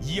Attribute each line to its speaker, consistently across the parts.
Speaker 1: 以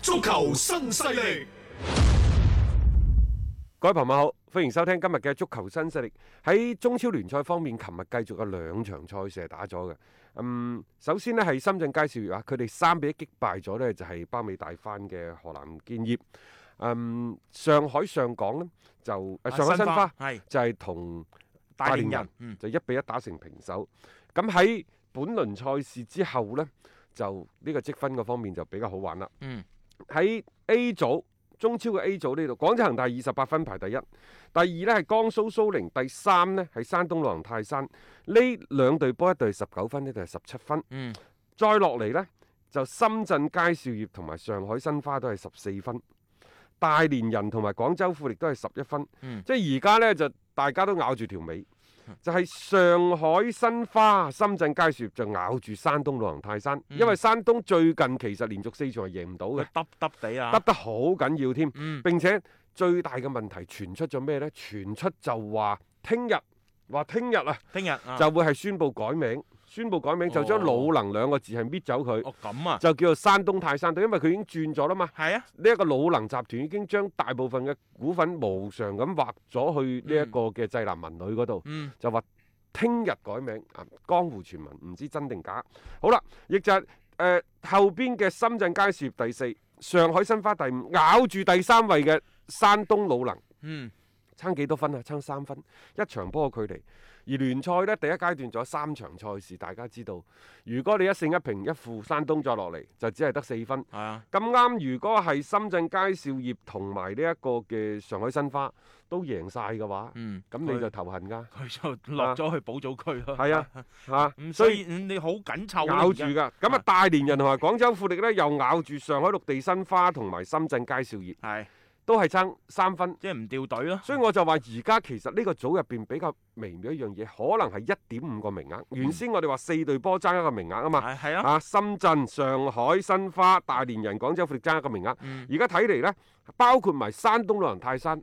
Speaker 1: 足球新勢力，
Speaker 2: 各位朋友好，歡迎收聽今日嘅足球新勢力。喺中超聯賽方面，琴日繼續有兩場賽事係打咗嘅。嗯，首先呢係深圳佳兆業啊，佢哋三比一擊敗咗呢就係包尾大番嘅河南建業。嗯，上海上港呢，就、呃上海申花
Speaker 3: 係
Speaker 2: 就係同
Speaker 3: 大連
Speaker 2: 連
Speaker 3: 人，嗯，
Speaker 2: 就一比一打成平手。咁喺本輪賽事之後呢，就呢個積分嗰方面就比較好玩啦。
Speaker 3: 嗯，
Speaker 2: 喺 A 組中超嘅 A 組呢度，廣州恒大二十八分排第一，第二呢係江蘇蘇寧，第三呢係山東魯能泰山。呢兩隊波，一隊十九分，一隊係十七分。
Speaker 3: 嗯，
Speaker 2: 再落嚟呢，就深圳佳兆業同埋上海申花都係十四分，大連人同埋廣州富力都係十一分。
Speaker 3: 嗯
Speaker 2: 即係而家呢，就大家都咬住條尾，就係、上海申花、深圳佳兆業就咬住山東魯能泰山，因為山東最近其實連續四場係贏唔到嘅
Speaker 3: 佢。耷耷地啊，
Speaker 2: 得得好緊要添。
Speaker 3: 嗯
Speaker 2: 並且最大嘅問題傳出咗咩呢？傳出就話聽日話聽日啊，
Speaker 3: 聽日啊，
Speaker 2: 就會係宣布改名，宣布改名就將
Speaker 3: 哦
Speaker 2: 魯能兩個字係搣走佢，
Speaker 3: 哦咁啊，
Speaker 2: 就叫做山東泰山隊，因為佢已經轉咗啦嘛。
Speaker 3: 係啊，
Speaker 2: 呢一個魯能集團已經將大部分嘅股份無償咁劃咗去呢一個嘅濟南文旅嗰度，
Speaker 3: 嗯
Speaker 2: 就話聽日改名啊，江湖傳聞唔知真定假。好啦，亦就係、誒、後邊嘅深圳佳兆業第四，上海申花第五，咬住第三位嘅山東魯能，
Speaker 3: 嗯，
Speaker 2: 差幾多分啊？差三分，一場波嘅距離。而聯賽呢，第一階段仲有三場賽事，大家知道，如果你一勝一平一負，山東再落嚟就只係得四分。
Speaker 3: 係啊，
Speaker 2: 咁啱，如果係深圳佳兆業同埋呢一個嘅上海申花都贏晒嘅話，
Speaker 3: 嗯，
Speaker 2: 咁你就頭痕㗎。
Speaker 3: 佢就
Speaker 4: 啊
Speaker 3: 落咗去保組區咯，
Speaker 2: 係啊，嚇，
Speaker 3: 嗯，所
Speaker 2: 所以
Speaker 3: 以嗯你好緊湊啊
Speaker 2: 咬住
Speaker 3: 而家
Speaker 2: 㗎。咁
Speaker 3: 啊
Speaker 2: 啊，大連人同埋廣州富力呢，又咬住上海綠地申花同埋深圳佳兆業，
Speaker 3: 係
Speaker 2: 都係爭三分。
Speaker 3: 即係唔掉隊咯，
Speaker 2: 所以我就話，而家其實呢個組入邊比較微妙一樣嘢，可能係一點五個名額。原先我哋話四隊波爭一個名額啊嘛。
Speaker 3: 係係啊，
Speaker 2: 啊！深圳、上海、申花、大連人、廣州富力爭一個名額。
Speaker 3: 嗯，
Speaker 2: 啊而家睇嚟呢，包括埋山東魯能泰山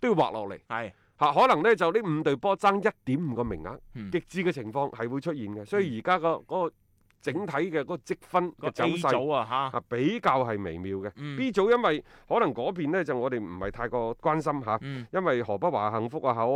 Speaker 2: 都要劃落嚟
Speaker 3: 係
Speaker 2: 嚇，可能呢，就呢五隊波爭一點五個名額，
Speaker 3: 嗯
Speaker 2: 極致嘅情況係會出現嘅。所以而家個嗰個整體嘅嗰個積分
Speaker 3: 個
Speaker 2: 嘅走
Speaker 3: A
Speaker 2: 勢
Speaker 3: 組啊嚇，
Speaker 2: 啊，比較係微妙嘅。
Speaker 3: 嗯
Speaker 2: B 組因為可能嗰邊呢，就我哋唔係太過關心嚇。
Speaker 3: 嗯
Speaker 2: 因為河北華夏幸福啊好，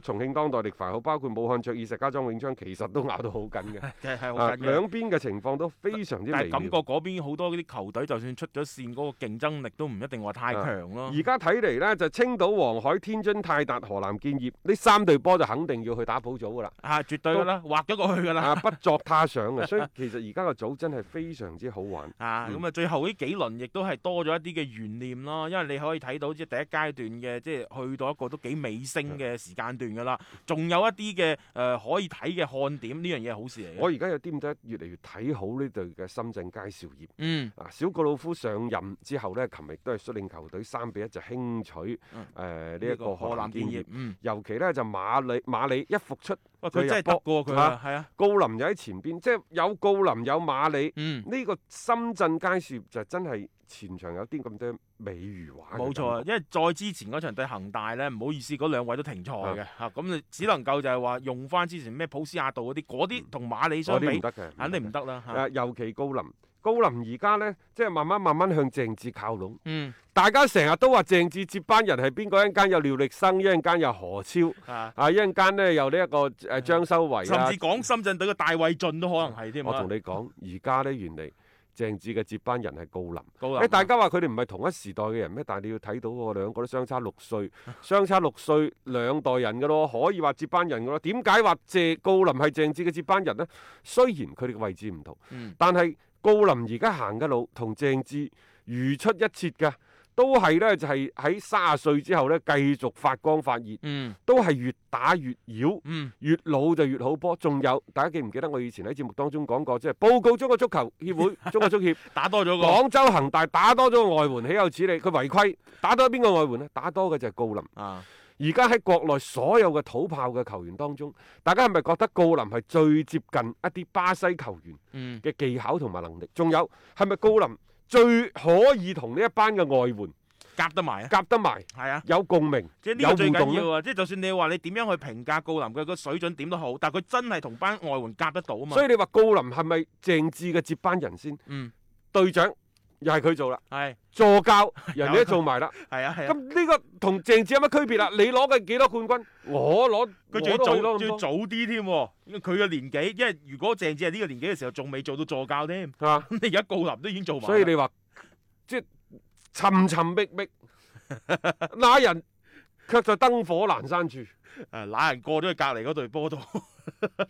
Speaker 2: 重慶當代力帆好，包括武漢卓爾、石家莊永昌，其實都咬到好緊嘅。
Speaker 3: 其實係好
Speaker 2: 啊，
Speaker 3: 緊嘅。
Speaker 2: 兩邊嘅情況都非常之
Speaker 3: 但
Speaker 2: 微
Speaker 3: 係感
Speaker 2: 妙
Speaker 3: 覺。嗰邊好多啲球隊，就算出咗線，嗰個競爭力都唔一定話太
Speaker 2: 啊
Speaker 3: 強咯。
Speaker 2: 而家睇嚟呢，就青島、黃海、天津泰達、河南建業呢三隊波就肯定要去打補組噶啦，
Speaker 3: 啊，絕對噶啦，劃咗過去噶啦。
Speaker 2: 啊不作他想 嘅，所以其實而家個組真係非常之好玩。
Speaker 3: 啊，咁啊，最後呢幾輪亦都係多咗一啲嘅懸念咯，因為你可以睇到即係第一階段嘅，即係去到一個都幾尾聲嘅時間段噶啦，仲有一啲嘅誒可以睇嘅看點，呢樣嘢係好事嚟
Speaker 2: 我
Speaker 3: 嘅。
Speaker 2: 而家有啲唔得越嚟越睇好呢隊嘅深圳佳兆業
Speaker 3: 嗯，
Speaker 2: 啊！小格魯夫上任之後呢，琴日都係率領球隊三比一就輕取誒
Speaker 3: 嗯
Speaker 2: 呢
Speaker 3: 呢個
Speaker 2: 一個
Speaker 3: 河
Speaker 2: 河
Speaker 3: 南
Speaker 2: 南
Speaker 3: 建
Speaker 2: 建
Speaker 3: 業
Speaker 2: 業，，
Speaker 3: 嗯，
Speaker 2: 尤其呢，就馬里馬里一復出，
Speaker 3: 哇，
Speaker 2: 佢
Speaker 3: 佢真係
Speaker 2: 入
Speaker 3: 得
Speaker 2: 波
Speaker 3: 過佢啊，係啊，
Speaker 2: 高林又喺前邊，即係有高林有馬里。
Speaker 3: 嗯，
Speaker 2: 呢個深圳佳兆業就真係前場有啲咁多美如畫嘅感覺，
Speaker 3: 冇錯啊，因為再之前嗰場對恒大呢，唔好意思，嗰兩位都停賽嘅嚇，咁你只能夠就係話用翻之前咩普斯亞道嗰啲，嗰啲同馬里相
Speaker 2: 嗯嗰啲
Speaker 3: 比
Speaker 2: 唔，得啊嘅，
Speaker 3: 肯定唔
Speaker 2: 得
Speaker 3: 得啦
Speaker 2: 嘅。
Speaker 3: 嚇。
Speaker 2: 誒，尤其高林，高林而家呢，即係慢慢慢慢向鄭智靠攏。
Speaker 3: 嗯，
Speaker 2: 大家成日都話鄭智接班人係邊個？一陣間有廖力生，一陣間有何超，
Speaker 3: 啊。
Speaker 2: 啊一陣間呢有呢一個誒張修維
Speaker 3: 甚
Speaker 2: 啊
Speaker 3: 至。講深圳隊嘅大衛俊都可能係添啊。
Speaker 2: 我同你講，而家呢，原嚟鄭智嘅接班人係郜林。
Speaker 3: 高啊
Speaker 2: 誒、
Speaker 3: 林
Speaker 2: 大家話佢哋唔係同一時代嘅人咩？但係你要睇到喎，兩個都相差六歲，相差六歲兩代人嘅咯，可以話接班人嘅咯。點解話謝郜林係鄭智嘅接班人呢？雖然佢哋嘅位置唔同，
Speaker 3: 嗯
Speaker 2: 但係郜林而家行嘅路同鄭智如出一轍嘅，都係呢，就係喺三十歲之後呢，繼續發光發熱，
Speaker 3: 嗯
Speaker 2: 都係越打越妖。
Speaker 3: 嗯
Speaker 2: 越老就越好波，仲有大家記唔記得我以前喺節目當中講過，即係報告中國足球協會、中國足協
Speaker 3: 打多咗個
Speaker 2: 廣州恒大打多咗個外援，豈有此理！佢違規打多邊個外援呢？打多嘅就係郜林。
Speaker 3: 啊，
Speaker 2: 而家喺國內所有嘅土炮嘅球員當中，大家係咪覺得郜林係最接近一啲巴西球員
Speaker 3: 嗯
Speaker 2: 嘅技巧同埋能力？仲有係咪郜林最可以同呢一班嘅外援
Speaker 3: 夾得埋啊，
Speaker 2: 夾得埋，
Speaker 3: 係啊。
Speaker 2: 有共鳴，
Speaker 3: 即係呢
Speaker 2: 有
Speaker 3: 個
Speaker 2: 互
Speaker 3: 最
Speaker 2: 動
Speaker 3: 緊
Speaker 2: 呢
Speaker 3: 要啊！即係就算你話你點樣去評價郜林嘅個水準點都好，但係佢真係同班外援夾得到啊嘛。
Speaker 2: 所以你話郜林係咪鄭智嘅接班人先？
Speaker 3: 嗯，
Speaker 2: 隊長又係佢做啦，
Speaker 3: 係
Speaker 2: 助教人哋都做埋啦。
Speaker 3: 係啊係
Speaker 2: 咁
Speaker 3: 啊，
Speaker 2: 呢個同鄭智有乜區別啊？你攞嘅幾多冠軍，我攞
Speaker 3: 佢仲要
Speaker 2: 我都
Speaker 3: 早
Speaker 2: 可以攞
Speaker 3: 仲
Speaker 2: 咁
Speaker 3: 要
Speaker 2: 多
Speaker 3: 早啲添喎，因為佢嘅年紀，因為如果鄭智係呢個年紀嘅時候仲未做到助教添，
Speaker 2: 係嘛？
Speaker 3: 你而家郜林都已經做埋啦。
Speaker 2: 所以你話即係尋尋覓覓， 那人卻在燈火闌珊處，
Speaker 3: 誒揦人過咗去隔離嗰隊波度，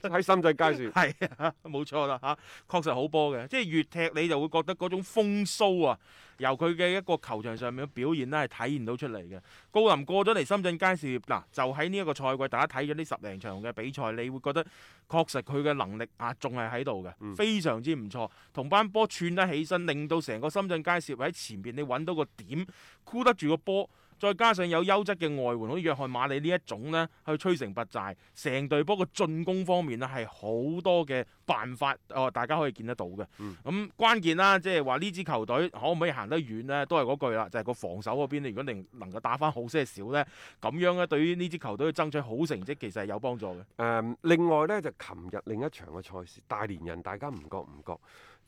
Speaker 2: 喺深圳街市。
Speaker 3: 係啊，冇錯啦嚇，確實好波嘅，即係越踢你就會覺得嗰種風騷啊，由佢嘅一個球場上面嘅表現咧係體現到出嚟嘅。高林過咗嚟深圳佳士業嗱，就喺呢一個賽季，大家睇咗呢十零場嘅比賽，你會覺得確實佢嘅能力啊仲係喺度嘅，
Speaker 2: 嗯
Speaker 3: 非常之唔錯。同班波串得起身，令到成個深圳佳士業喺前邊你揾到個點，箍得住個波。再加上有優質嘅外援，好似約翰馬里呢一種呢，去摧城拔寨，成隊波嘅進攻方面呢，係好多嘅辦法，哦、大家可以見得到嘅。咁、
Speaker 2: 嗯
Speaker 3: 關鍵啦，即係話呢支球隊可唔可以行得遠呢？都係嗰句啦，就係、個防守嗰邊呢，如果能能夠打翻好些少呢，咁樣呢，對於呢支球隊去爭取好成績，其實係有幫助嘅。
Speaker 2: 誒、另外呢，就琴日另一場嘅賽事，大連人大家唔覺唔覺，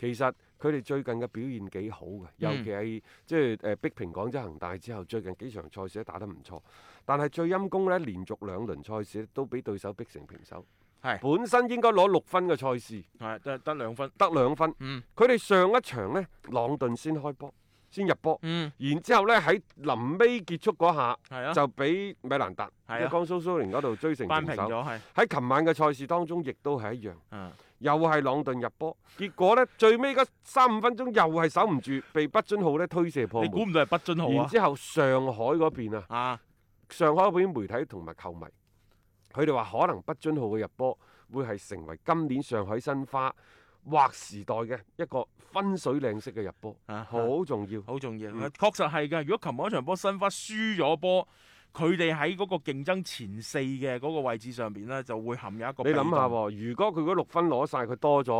Speaker 2: 其實佢哋最近嘅表現幾好
Speaker 3: 嗯
Speaker 2: 嘅，尤其係即係誒逼平廣州恒大之後，最近幾場賽事都打得唔錯。但係最陰功呢，連續兩輪賽事都俾對手逼成平手。
Speaker 3: 係
Speaker 2: 本身應該攞六分嘅賽事，
Speaker 3: 係得得兩分。
Speaker 2: 得兩分。
Speaker 3: 嗯
Speaker 2: 佢哋上一場呢，朗頓先開波，先入波，
Speaker 3: 嗯，
Speaker 2: 然之後呢，喺臨尾結束嗰下
Speaker 3: 係啊，
Speaker 2: 就俾米蘭達，即
Speaker 3: 係啊
Speaker 2: 係江蘇蘇寧嗰度追成
Speaker 3: 扳
Speaker 2: 平
Speaker 3: 平
Speaker 2: 手。
Speaker 3: 咗係。
Speaker 2: 喺琴晚嘅賽事當中，亦都係一樣，
Speaker 3: 嗯
Speaker 2: 又係朗頓入波，結果呢，最尾嗰三五分鐘又係守唔住，被畢津浩呢推射破
Speaker 3: 你估
Speaker 2: 門。
Speaker 3: 唔到係畢津浩
Speaker 2: 然
Speaker 3: 啊？
Speaker 2: 之後上海嗰邊啊，
Speaker 3: 啊，
Speaker 2: 上海嗰邊媒體同埋球迷，佢哋話可能畢津浩嘅入波會係成為今年上海申花劃時代嘅一個分水嶺式嘅入波，
Speaker 3: 啊
Speaker 2: 好重要。
Speaker 3: 好重要，
Speaker 2: 嗯
Speaker 3: 確實係㗎。如果琴晚嗰場波申花輸咗波，佢哋喺嗰個競爭前四嘅嗰個位置上邊咧，就會陷入一個
Speaker 2: 你
Speaker 3: 被動。
Speaker 2: 諗下喎，如果佢嗰六分攞晒，佢多咗、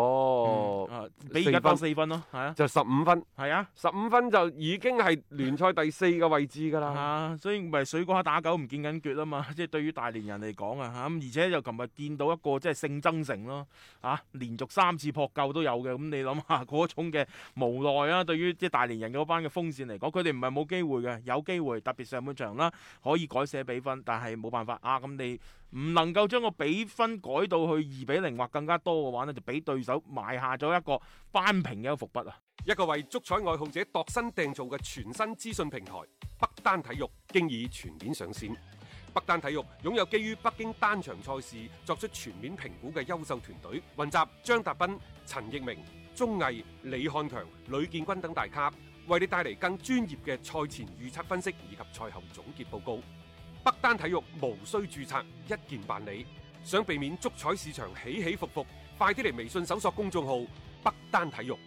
Speaker 3: 嗯啊比而家
Speaker 2: 四分
Speaker 3: 多四分咯，係啊，
Speaker 2: 就十五分，
Speaker 3: 係啊，
Speaker 2: 十五分就已經係聯賽第四個位置㗎啦。
Speaker 3: 啊，所以咪水瓜打狗唔見緊腳啊嘛， 即係對於大連人嚟講啊嚇，咁而且就琴日見到一個即係性增城咯，啊，連續三次撲救都有嘅，咁你諗下嗰種嘅無奈啊，對於即係大連人嗰班嘅鋒線嚟講，佢哋唔係冇機會嘅，有機會，特別上半場啦，可以改寫比分，但係冇辦法啊，咁你。唔能夠將個比分改到去二比零或更加多嘅話呢就俾對手埋下咗一個扳平嘅一個伏筆啊！
Speaker 2: 一個為足彩愛好者度身訂造嘅全新資訊平台北單體育，經已全面上線。北單體育擁有基於北京單場賽事作出全面評估嘅優秀團隊，雲集張達斌、陳奕明、鐘毅、李漢強、呂建軍等大咖，為你帶嚟更專業嘅賽前預測分析以及賽後總結報告。北單體育無需註冊，一鍵辦理。想避免足彩市場起起伏伏，快啲嚟微信搜索公眾號北單體育。